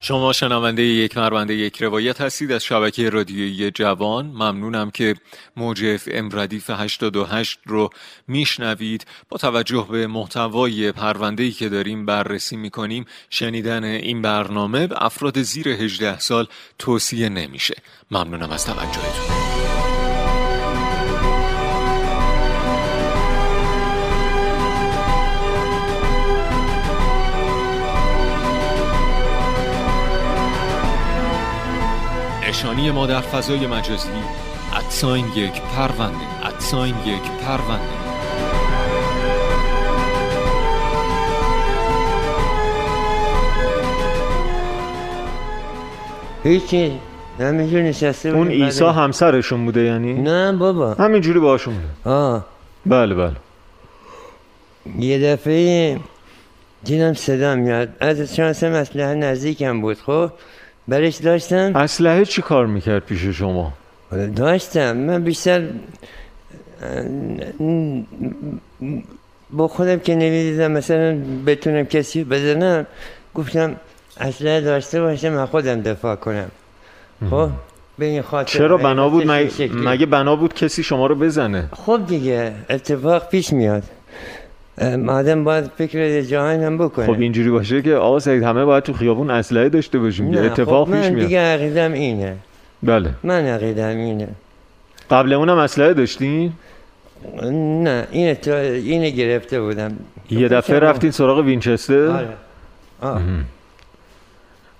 شما شنونده یک مربنده یک روایت هستید از شبکه رادیویی جوان ممنونم که موج اف ام ردیف 828 رو میشنوید با توجه به محتوای پرونده ای که داریم بررسی میکنیم شنیدن این برنامه به افراد زیر 18 سال توصیه نمیشه ممنونم از توجهتون نشانی ما در فضای مجازی ادساین یک پرونده ادساین یک پرونده هیچی همینجور نشسته اون بودیم. ایسا همسرشون بوده یعنی نه بابا همینجوری باهاشون بوده آه بله بله یه دفعه دیدم صدا میاد از شانس مسلحه نزدیکم بود خب برش داشتم اسلحه چی کار میکرد پیش شما داشتم من بیشتر با خودم که نمیدیدم مثلا بتونم کسی رو بزنم گفتم اصلا داشته باشم از خودم دفاع کنم خب به این خاطر چرا بنا بود این مگه, شکلی. مگه بنا بود کسی شما رو بزنه خب دیگه اتفاق پیش میاد مادم باید فکر جهان هم بکنه خب اینجوری باشه که آقا سعید همه باید تو خیابون اسلحه داشته باشیم نه، دیگه. اتفاق خب پیش من میاد دیگه عقیدم اینه بله من عقیدم اینه قبل اونم اسلحه داشتین نه اینه تو اینه گرفته بودم یه دفعه شما- رفتین سراغ وینچستر خب آره آه.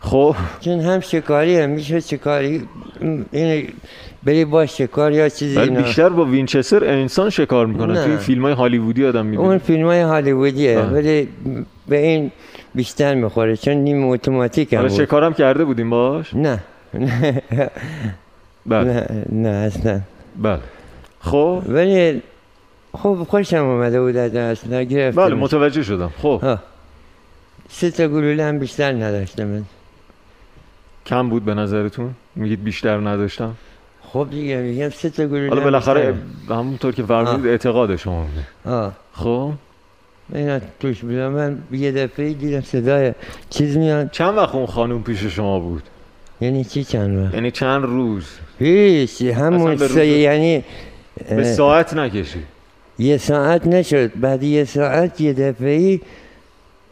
خب چون هم شکاری هم میشه شکاری م، اینه بری با شکار یا چیزی ولی اینا بیشتر با وینچستر انسان شکار میکنه نه. توی فیلم های هالیوودی آدم آره، اون میبینه فیلم های هالیوودیه آه. ولی به این بیشتر میخوره چون نیم اتوماتیک هم حالا بود شکارم کرده بودیم باش نه نه بله نه اصلا بله خب ولی خب خوشم اومده بود از اصلا گرفتم بله متوجه شدم خب آه. سه تا گلوله هم بیشتر نداشتم من کم بود به نظرتون میگید بیشتر نداشتم خب دیگه میگم سه تا گلوله حالا هم بالاخره بیشتر. همونطور که فرمودید آه. اعتقاد شما بوده آه خب اینا توش بودم من یه دفعه دیدم صدای چیز میاد چند وقت اون خانوم پیش شما بود یعنی چی چند وقت یعنی چند روز هیچ اصلا همون به سه روز- یعنی به اه، ساعت نکشید یه ساعت نشد بعد یه ساعت یه دفعه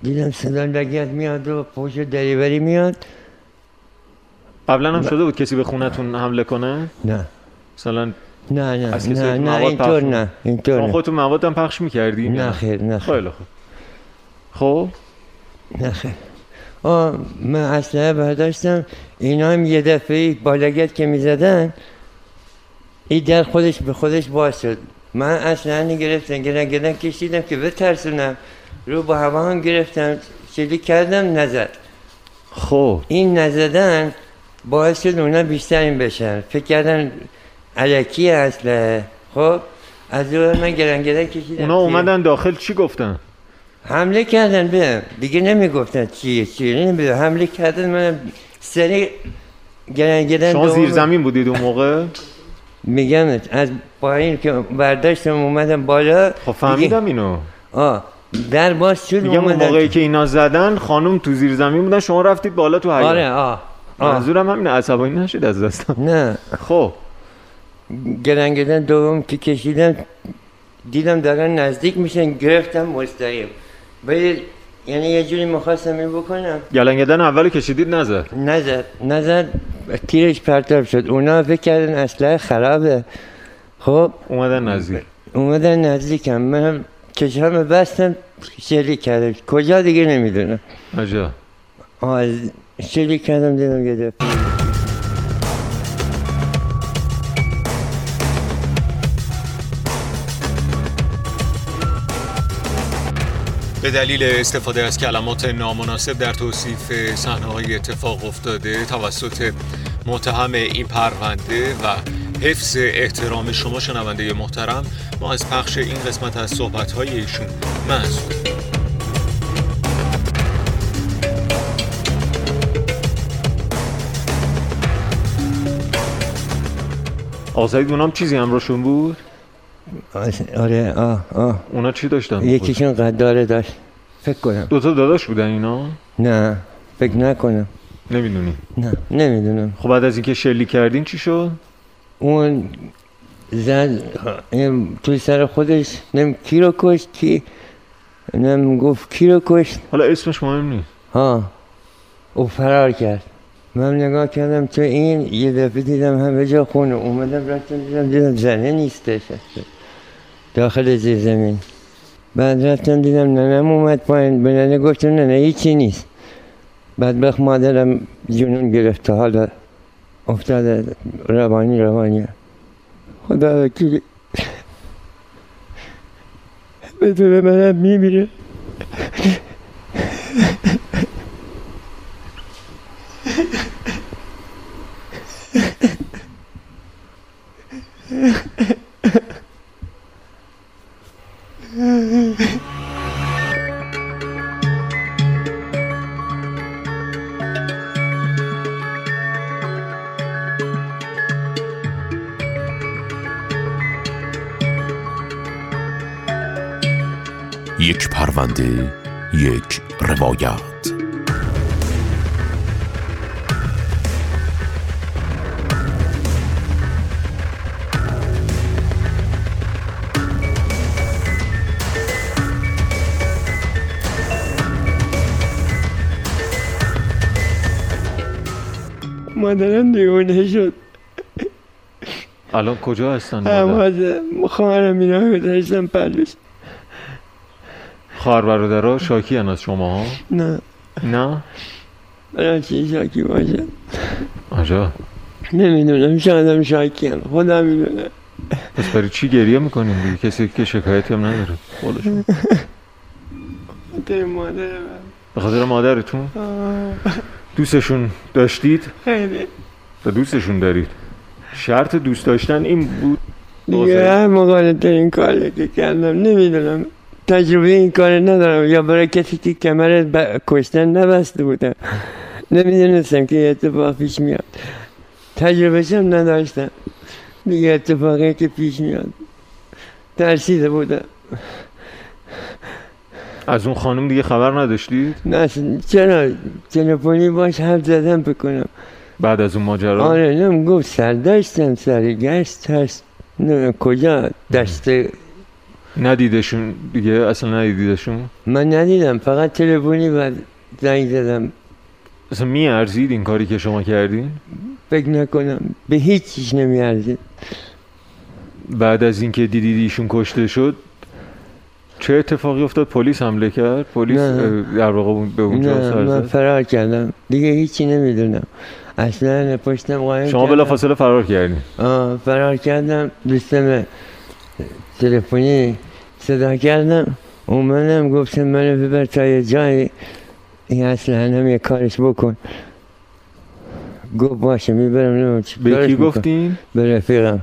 دیدم صدا لگت میاد و پشت دریوری میاد قبلا هم شده بود کسی به خونتون حمله کنه نه مثلا نه نه از کسایی نه که نه مواد پخش اینطور نه اینطور شما نه خودتون مواد هم پخش میکردی نه خیر نه خیر خیلی خوب خب نه خیر آه من اسلحه برداشتم اینا هم یه دفعه با لگت که میزدن این در خودش به خودش باز شد من اسلحه گرفتم گرن گرن کشیدم که بترسونم رو با هوا هم گرفتم شلیک کردم نزد خب این نزدن باعث شد اونا بیشتر این بشن فکر کردن علکی اسلحه خب از دور من گرن گرن کشیدم اونا که- اومدن داخل چی گفتن حمله کردن بهم دیگه نمیگفتن چیه چیه نمیدونم حمله کردن منم سری گرن گرن شما دوم- زیر زمین بودید اون موقع خب میگم از پایین که برداشتم اومدم بالا خب فهمیدم اینو آه در باز شد میگم اون اومدن موقعی که اینا زدن خانم تو زیر زمین بودن شما رفتید بالا تو حیاط آره آه, آه. منظورم همین عصبانی نشید از دستم نه خب گرن گرن دوم که کشیدم دیدم دارن نزدیک میشن گرفتم مستقیم ولی یعنی یه جوری میخواستم این بکنم گلنگدن اول کشیدید نزد نزد نزد تیرش پرتاب شد اونا فکر کردن اسلحه خرابه خب اومدن نزدیک اومدن نزدیکم من چشم بستم شلیک کردم کجا دیگه نمیدونم عجب آه، شلیک کردم دیدم یه دفعه. به دلیل استفاده از کلمات نامناسب در توصیف صحنه های اتفاق افتاده توسط متهم این پرونده و حفظ احترام شما شنونده محترم ما از پخش این قسمت از صحبت های ایشون معذور آزاید اونام چیزی همراهشون بود؟ آه، آره آه آه اونا چی داشتن؟ یکیشون قداره داشت فکر کنم دوتا داداش بودن اینا؟ نه فکر نکنم نمیدونی نه نمیدونم خب بعد از اینکه شلیک کردین چی شد اون زد این توی سر خودش نم کی رو کشت کی نم گفت کی رو کشت حالا اسمش مهم نیست ها او فرار کرد من نگاه کردم تو این یه دفعه دیدم همه جا خونه اومدم رفتم دیدم دیدم زنه نیستش داخل زیر زمین بعد رفتم دیدم ننم اومد پایین به ننه گفتم ننه هیچی نیست بدبخت مادرم جنون گرفته حالا افتاده روانی روانی خدا وکیلی بدون منم میمیره یک پرونده یک روایت مادرم دیوانه شد الان کجا هستن مادر؟ اما خواهرم اینا گذاشتم پلوش خواهر برادرها شاکی از شما ها نه نه برای چی شاکی باشه آجا نمیدونم شایدم شاکی هم خدا میدونه پس برای چی گریه میکنیم دیگه کسی که شکایتی هم نداره خودشون خاطر مادر من به خاطر مادرتون آه، دوستشون داشتید خیلی و دوستشون دارید شرط دوست داشتن این بود دیگه هر مقالطه این کار که کردم نمیدونم تجربه این کار ندارم یا برای کسی که کمر ب... کشتن نبسته بودم نمیدونستم که یه اتفاق پیش میاد تجربهشم نداشتم دیگه اتفاقی که پیش میاد ترسیده بودم از اون خانم دیگه خبر نداشتید نه اصلا چرا تلفنی باش حرف زدم بکنم بعد از اون ماجرا آره نم گفت سرداشتم سر گشت ترس نه کجا دسته ندیدشون دیگه اصلا ندیدشون من ندیدم فقط تلفنی و زنگ زدم اصلا میارزید این کاری که شما کردین فکر نکنم به هیچ چیز نمیارزه بعد از اینکه دیدید ایشون کشته شد چه اتفاقی افتاد پلیس حمله کرد پلیس نه. اه، در واقع اون- به اونجا نه سر من زد؟ فرار کردم دیگه هیچی نمیدونم اصلا پشتم قایم شما کردم. بلافاصله فرار کردین آه، فرار کردم دوستم تلفنی صدا کردم اومدم گفتم منو ببر تا یه جایی این اسلحه هم یه کارش بکن گفت باشه میبرم نمی‌دونم چی به کارش کی می‌کنم. گفتین به رفیقم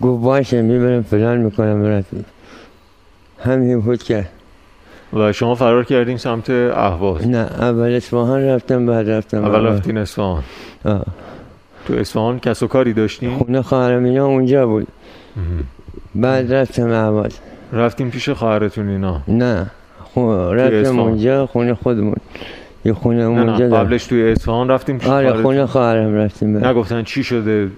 گفت باشه میبرم فلان میکنم رفیق همین بود کرد و شما فرار کردین سمت اهواز نه آره. اول اصفهان رفتم بعد رفتم اول آباد. رفتین اصفهان آه. تو اصفهان کس و کاری داشتین خونه خواهرم اینا اونجا بود مهم. بعد رفتم اهواز رفتیم پیش خواهرتون اینا نه خو... اصفهان؟ رفتم اونجا خونه خودمون یه خونه نه اونجا نه دارم. قبلش توی اصفهان رفتیم پیش آره خواهرتون. خونه خواهرم رفتیم بعد. نگفتن چی شده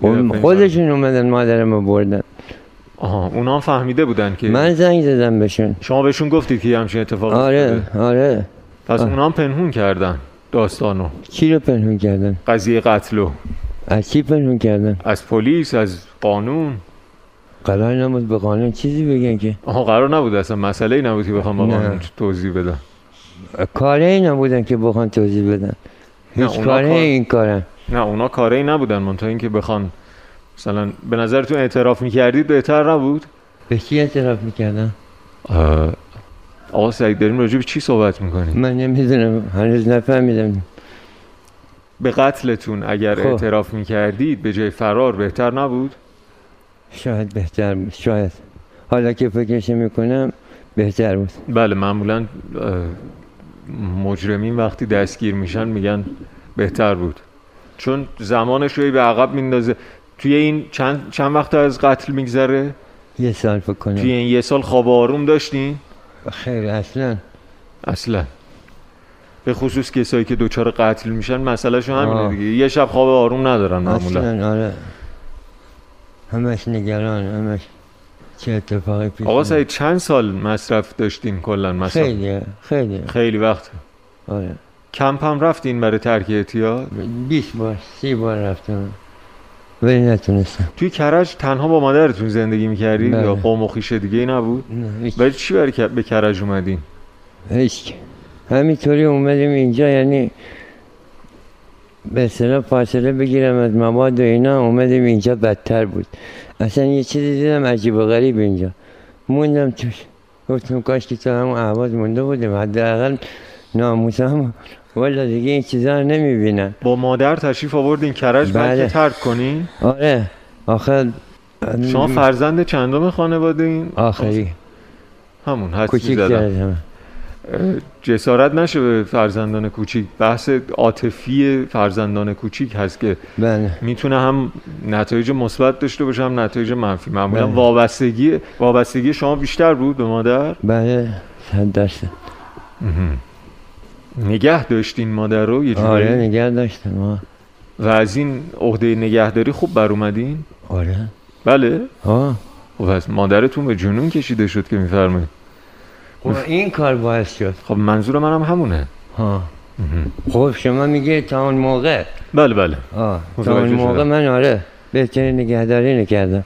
اون- خودشون اومدن مادرم رو بردن آها اونا هم فهمیده بودن که من زنگ زدم بهشون شما بهشون گفتید که یه همچین اتفاقی آره افتاده. آره پس آه. اونا هم پنهون کردن داستانو کی رو پنهون کردن قضیه قتلو از کی پنهون کردن از پلیس از قانون قرار نبود به قانون چیزی بگن که آها قرار نبود اصلا مسئله ای نبود که بخوام با نه. قانون توضیح بدم کاره ای نبودن که بخوان توضیح بدن نه، هیچ اونا کاره کار- این کارن نه اونا کاره ای نبودن منتها اینکه بخوان مثلا به نظرتون اعتراف میکردید بهتر نبود به کی اعتراف میکردم آه، آقا سعید داریم راجع به چی صحبت میکنیم من نمیدونم هنوز نفهمیدم به قتلتون اگر خب. اعتراف میکردید به جای فرار بهتر نبود شاید بهتر بود شاید حالا که فکرش میکنم بهتر بود بله معمولا اه، مجرمین وقتی دستگیر میشن میگن بهتر بود چون زمانش رو به عقب میندازه توی این چند, چند وقت از قتل میگذره یه سال فکر توی کنم این یه سال خواب آروم داشتین خیر اصلا اصلا به خصوص کسایی که دوچار قتل میشن مسئلهشون همینه آه. دیگه یه شب خواب آروم ندارن معمولا اصلا آره همش نگران همش چه اتفاقی پیش آقا میاد. سعید چند سال مصرف داشتین کلا مثلا خیلی خیلی خیلی وقت آره کمپ هم رفتین برای ترک اعتیاد 20 بار سی بار رفتم ولی نتونستم توی کرج تنها با مادرتون زندگی میکردی بله. یا قوم و خیش دیگه ای نبود نه، هیچ- ولی چی برای ک- به کرج اومدین هیچ همینطوری اومدیم اینجا یعنی به اصطلاح فاصله بگیرم از مواد و اینا اومدیم اینجا بدتر بود اصلا یه چیزی دیدم عجیب و غریب اینجا موندم توش گفتم کاش که تو همون احواز مونده بودیم حداقل ناموس هم والا دیگه این چیزا رو نمیبینن با مادر تشریف آوردین کرج بله. بلکه ترک کنین آره آخر شما فرزند چندم خانواده این آخری همون حدسی کوچیک زدم دارم اه، جسارت نشه به فرزندان کوچیک بحث عاطفی فرزندان کوچیک هست که بله میتونه هم نتایج مثبت داشته باشه هم نتایج منفی معمولا بله. وابستگی وابستگی شما بیشتر بود به مادر بله صد درصد نگه داشتین مادر رو یه جورایی آره نگه داشتم آه. و از این عهده نگهداری خوب بر اومدین آره بله آه خب از مادرتون به جنون کشیده شد که میفرمایید و خب، این کار باعث شد خب منظور منم همونه ها خب شما میگه تا اون موقع بله بله آه تا متوجه اون موقع شدم. من آره بهترین نگهداری نکردم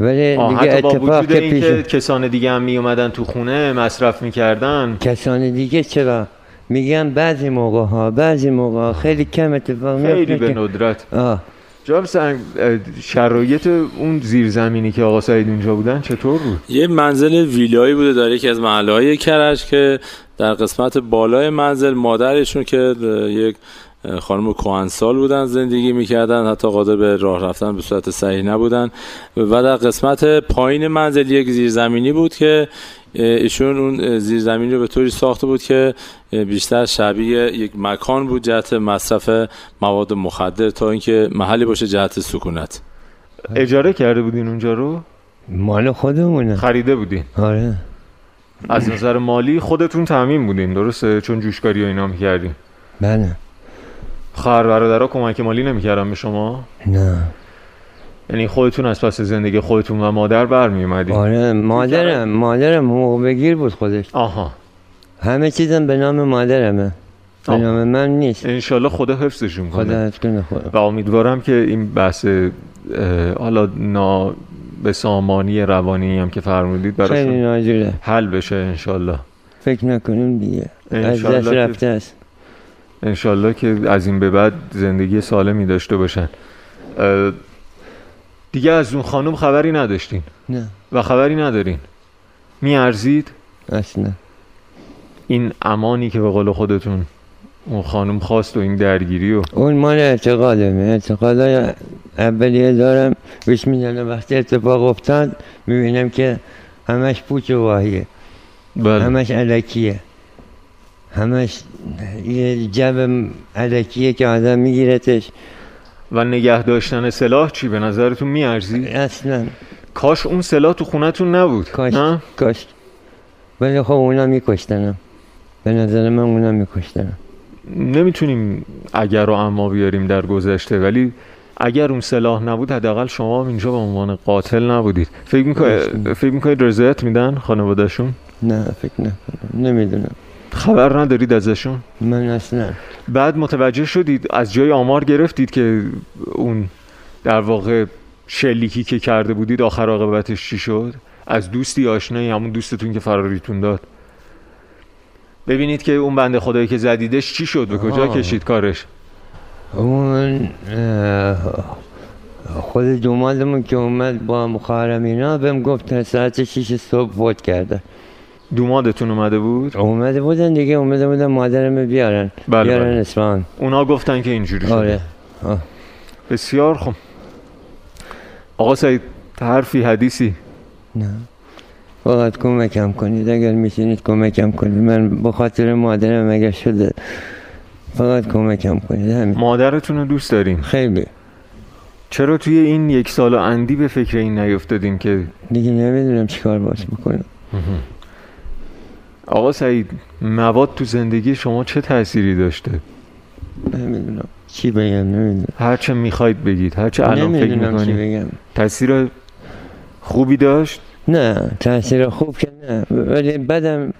ولی آه، دیگه حتی با اتفاق وجود که پیش اینکه کسان دیگه هم می اومدن تو خونه مصرف میکردن کسان دیگه چرا میگم بعضی موقع ها بعضی موقع ها خیلی کم اتفاق خیلی میفته به که- ندرت آه جام سنگ اه، شرایط اون زیرزمینی که آقا سعید اونجا بودن چطور بود یه منزل ویلایی بوده در یکی از محله های کرج که در قسمت بالای منزل مادرشون که اه، یک اه، خانم کهنسال بودن زندگی میکردن حتی قادر به راه رفتن به صورت صحیح نبودن و در قسمت پایین منزل یک زیرزمینی بود که اه، ایشون اون اه، زیرزمینی رو به طوری ساخته بود که اه، بیشتر شبیه یک مکان بود جهت مصرف مواد مخدر تا اینکه محلی باشه جهت سکونت بله. اجاره کرده بودین اونجا رو مال خودمونه خریده بودین آره از بله. نظر مالی خودتون تعمین بودین درسته چون جوشکاری و اینا میکردین بله خواهر برادرها کمک مالی نمیکردن به شما نه یعنی خودتون از پس زندگی خودتون و مادر برمیومدین آره مادرم مادرم حقوق بگیر بود خودش آها همه چیزم به نام مادرمه به آه. خب. نام من نیست انشالله خدا حفظشون خدا کنه حفظ کنه خدا و امیدوارم که این بحث اه، حالا نا به سامانی روانی هم که فرمودید خیلی براشون ناجوره حل بشه انشالله فکر نکنیم دیگه از انشالله دست که- رفته است انشالله که از این به بعد زندگی سالمی داشته باشن اه، دیگه از اون خانم خبری نداشتین نه و خبری ندارین میارزید اصلا این امانی که به قول خودتون اون خانم خواست و این درگیری و اون مال اعتقادمه اعتقادای اولیه دارم بهش میدنم وقتی اتفاق افتاد میبینم که همش پوچ و واهیه بله همش علکیه همش یه جب علکیه که آدم میگیرتش و نگه داشتن سلاح چی به نظرتون میارزید اصلا کاش اون سلاح تو خونتون نبود کاش نه؟ کاش ولی خب اونا میکشتنم به نظر من اونا میکشتنم نمیتونیم اگر و اما بیاریم در گذشته ولی اگر اون سلاح نبود حداقل شما هم اینجا به عنوان قاتل نبودید فکر میکنید فکر میکنید رضایت میدن خانوادهشون نه فکر نکنم نمیدونم خبر ندارید ازشون من اصلا بعد متوجه شدید از جای آمار گرفتید که اون در واقع شلیکی که کرده بودید آخر عاقبتش چی شد از دوستی آشنایی همون دوستتون که فراریتون داد ببینید که اون بنده خدایی که زدیدش چی شد به کجا آه. کشید کارش اون اه، خود دومادمون که اومد با مخارم اینا بهم گفت تا ساعت 6 صبح فوت کرده دومادتون اومده بود اومده بودن دیگه اومده بودن مادرم بیارن بله، بیارن بله. اصفهان اونا گفتن که اینجوری شده آره بسیار خوب آقا سعید حرفی حدیثی نه فقط کمکم کنید اگر میتونید کمکم کنید من به خاطر مادرم اگر شده فقط کمکم کنید همین مادرتون رو دوست داریم خیلی چرا توی این یک سال و اندی به فکر این نیفتادیم که دیگه نمیدونم چیکار باش بکنم آقا سعید مواد تو زندگی شما چه تأثیری داشته نمیدونم چی بگم نمیدونم هرچه میخواید بگید هرچه الان فکر نمیدونم چی میکنید بگم تاثیر خوبی داشت نه تاثیر خوب که نه ولی بدم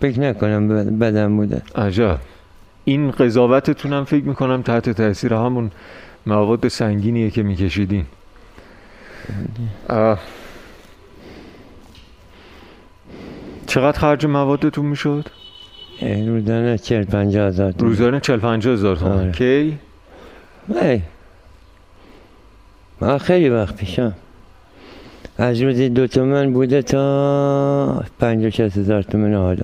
فکر نکنم بد- بدم بوده عجب این قضاوتتون هم فکر میکنم تحت تاثیر همون مواد سنگینیه که میکشیدین اه. چقدر خرج موادتون میشد؟ اه، روزانه چهل پنجاه هزار تومن. روزانه 40 50 هزار تومن آره. کی ای من خیلی وقت پیشم از روز دو تومن بوده تا پنج و شست هزار تومن حالا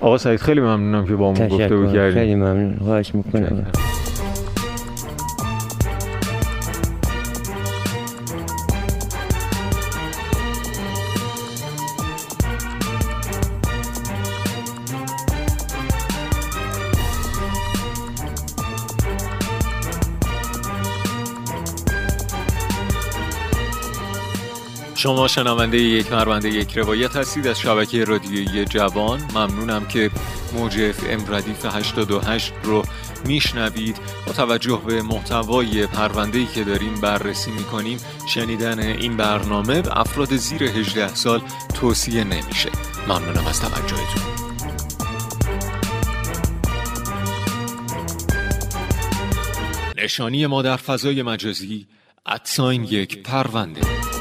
آقا سعید خیلی ممنونم که با من گفته بود تشکر کردیم خیلی ممنون خواهش میکنم شما شنونده یک پرونده یک روایت هستید از شبکه رادیویی جوان ممنونم که موج اف ام ردیف 828 رو میشنوید با توجه به محتوای پرونده‌ای که داریم بررسی میکنیم شنیدن این برنامه به افراد زیر 18 سال توصیه نمیشه ممنونم از توجهتون نشانی ما در فضای مجازی ادساین یک پرونده